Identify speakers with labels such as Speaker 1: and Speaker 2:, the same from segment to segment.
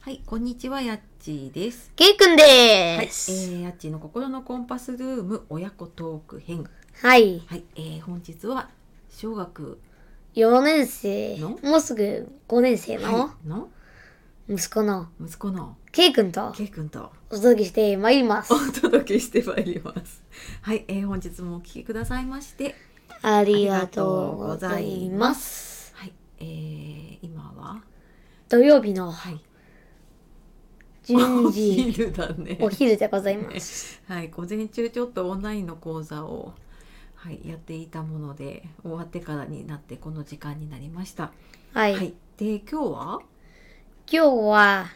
Speaker 1: はい、こんにちは、やっちーです。
Speaker 2: ケイくん
Speaker 1: はい、え
Speaker 2: です。
Speaker 1: ー、やっちーの心のコンパスルーム親子トーク編。
Speaker 2: はい。
Speaker 1: はい、えー、本日は小学
Speaker 2: 4年生
Speaker 1: の、
Speaker 2: もうすぐ5年生の
Speaker 1: はいの
Speaker 2: 息子の
Speaker 1: 息子の
Speaker 2: ケイくんと
Speaker 1: けいくんと
Speaker 2: お届けしてまいります
Speaker 1: お。届けしてまいります。はい、えー、本日もお聞きくださいまして、
Speaker 2: ありがとうございます。
Speaker 1: はい、えー、今は
Speaker 2: 土曜日の
Speaker 1: はい、
Speaker 2: 10
Speaker 1: お
Speaker 2: 時
Speaker 1: 昼だね。
Speaker 2: お昼でございます。
Speaker 1: はい、午前中ちょっとオンラインの講座を、はい、やっていたもので終わってからになってこの時間になりました。
Speaker 2: は。
Speaker 1: はいい、で今日は
Speaker 2: 今日は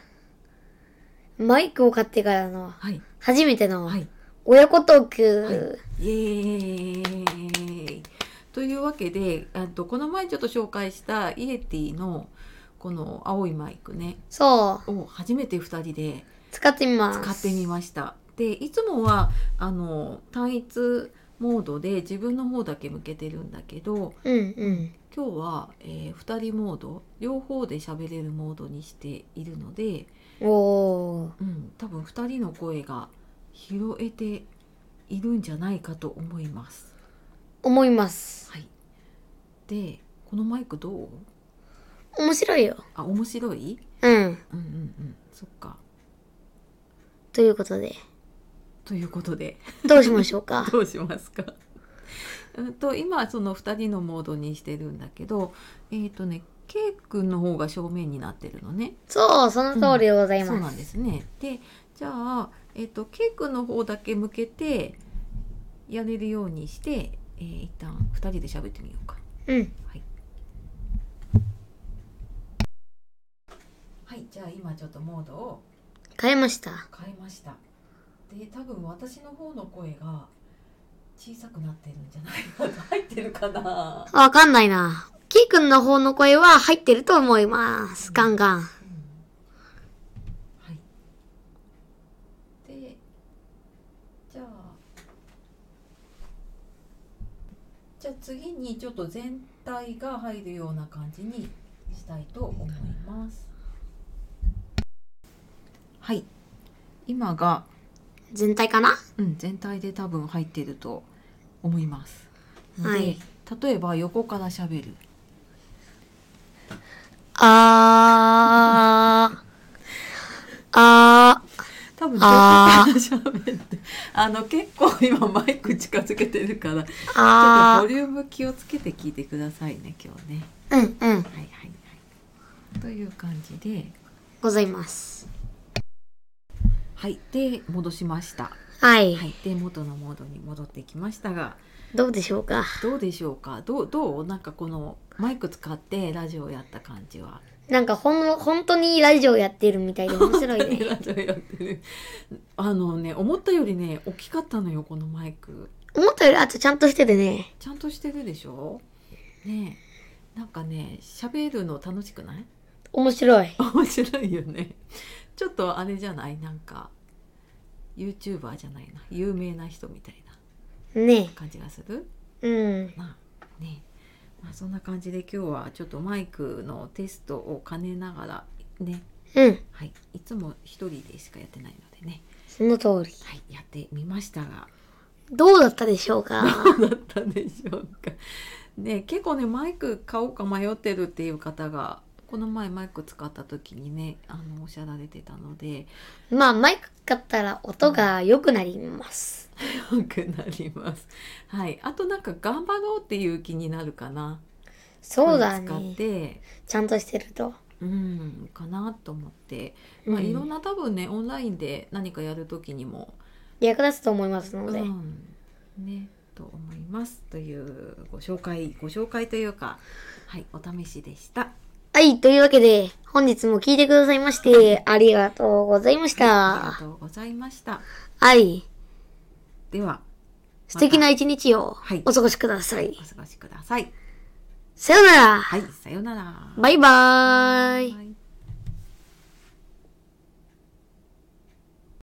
Speaker 2: マイクを買ってからの
Speaker 1: はい
Speaker 2: 初めての
Speaker 1: はい
Speaker 2: 親子トーク。
Speaker 1: イエーイというわけであとこの前ちょっと紹介したイエティのこの青いマイクね
Speaker 2: そ
Speaker 1: を初めて2人で
Speaker 2: う、使ってみます。
Speaker 1: 使ってみました。でいつもはあの単一モードで自分の方だけ向けてるんだけど
Speaker 2: うんうん。
Speaker 1: 今日は、え2人モード両方で喋れるモードにしているので、
Speaker 2: おー。
Speaker 1: うん、多分2人の声が拾えているんじゃないかと思います。
Speaker 2: 思います。
Speaker 1: はい、でこのマイクどう
Speaker 2: 面白いよ。
Speaker 1: あ面白い
Speaker 2: うん。
Speaker 1: うんうんうんそっか。
Speaker 2: ということで、
Speaker 1: ということで。
Speaker 2: どうしましょうか
Speaker 1: どうしますか うんと今その2人のモードにしてるんだけどえっ、とね K 君の方が正面になってるのね。
Speaker 2: そう、その通りでござい
Speaker 1: そうな
Speaker 2: ます。
Speaker 1: んですね。で、じゃあ、えっ、と、ケイ君の方だけ向けて。やれるようにして、えー、一旦二人で喋ってみようか。
Speaker 2: うん。
Speaker 1: はい、じゃあ、今ちょっとモードを
Speaker 2: 変えました。
Speaker 1: 変えました。で、多分私の方の声が。小さくなってるんじゃないかな。入ってるかな。
Speaker 2: わかんないな。キーくんの方の声は入ってると思います。ガンガン。
Speaker 1: はい。で、じゃあ、じゃあ次にちょっと全体が入るような感じにしたいと思います。はい。今が、
Speaker 2: 全体かな
Speaker 1: うん、全体で多分入ってると思います。ので
Speaker 2: はい
Speaker 1: 例えば横から喋る。
Speaker 2: あー。あー。
Speaker 1: 多分
Speaker 2: あ
Speaker 1: 横から喋って、あの結構今マイク近づけてるからちょっとボ
Speaker 2: あ
Speaker 1: リューム気をつけて聞いてくださいね今日ね。
Speaker 2: ー。うんうん。
Speaker 1: はいはいはい。という感じで、
Speaker 2: ございます。
Speaker 1: はいで戻しました。
Speaker 2: はい
Speaker 1: は。いで元のモードに戻ってきましたが、
Speaker 2: どうでしょうか。
Speaker 1: どうでしょうか。どうどうなんかこのマイク使ってラジオやった感じは。
Speaker 2: なんかほんの、本当にラジオやってるみたいで面白い ね。
Speaker 1: ラジオやってる。あのね思ったよりね大きかったのよこのマイク。
Speaker 2: 思ったより、あとちゃんとしててね。
Speaker 1: ちゃんとしてるでしょ。ねえなんかね喋るの楽しくない？
Speaker 2: 面白い。
Speaker 1: 面白いよねちょっとあれじゃないなんか YouTuber じゃないな有名な人みたいな
Speaker 2: ね
Speaker 1: 感じがする
Speaker 2: うん。
Speaker 1: なあねえまあ、そんな感じで今日はちょっとマイクのテストを兼ねながらね、
Speaker 2: うん。
Speaker 1: はい、いつも一人でしかやってないのでね、
Speaker 2: その通り。
Speaker 1: はい、やってみましたが
Speaker 2: どうだったでしょ うか。
Speaker 1: どうだったでしょうかね結構ねマイク買おうか迷ってるっていう方がこの前マイク使った時にねあのおっしゃられてたので、
Speaker 2: まあ、マイク買ったら音が良くなります。
Speaker 1: 多くなります。はい、あとなんか頑張ろうっていう気になるかな。
Speaker 2: そう
Speaker 1: こ
Speaker 2: だ
Speaker 1: れ使っ
Speaker 2: ね。
Speaker 1: て、
Speaker 2: ちゃんとしてると。
Speaker 1: うん、かなと思って、まあ、
Speaker 2: うん
Speaker 1: いろんな多分ね、オンラインで何かやる時にも。
Speaker 2: 役立つと思いますの
Speaker 1: う
Speaker 2: で。
Speaker 1: ん、ね、と思います。というご紹介、ご紹介というか、はい、お試しでした。
Speaker 2: はい、というわけで、本日も聞いてくださいまして、ありがとうございまし
Speaker 1: ありが
Speaker 2: た。
Speaker 1: とうございました。
Speaker 2: はい、
Speaker 1: では、
Speaker 2: 素敵な一日を
Speaker 1: はい
Speaker 2: お過ごしください
Speaker 1: お。過ごしください。
Speaker 2: さよなら。
Speaker 1: はい、さようなら。
Speaker 2: バイバーイ。
Speaker 1: イ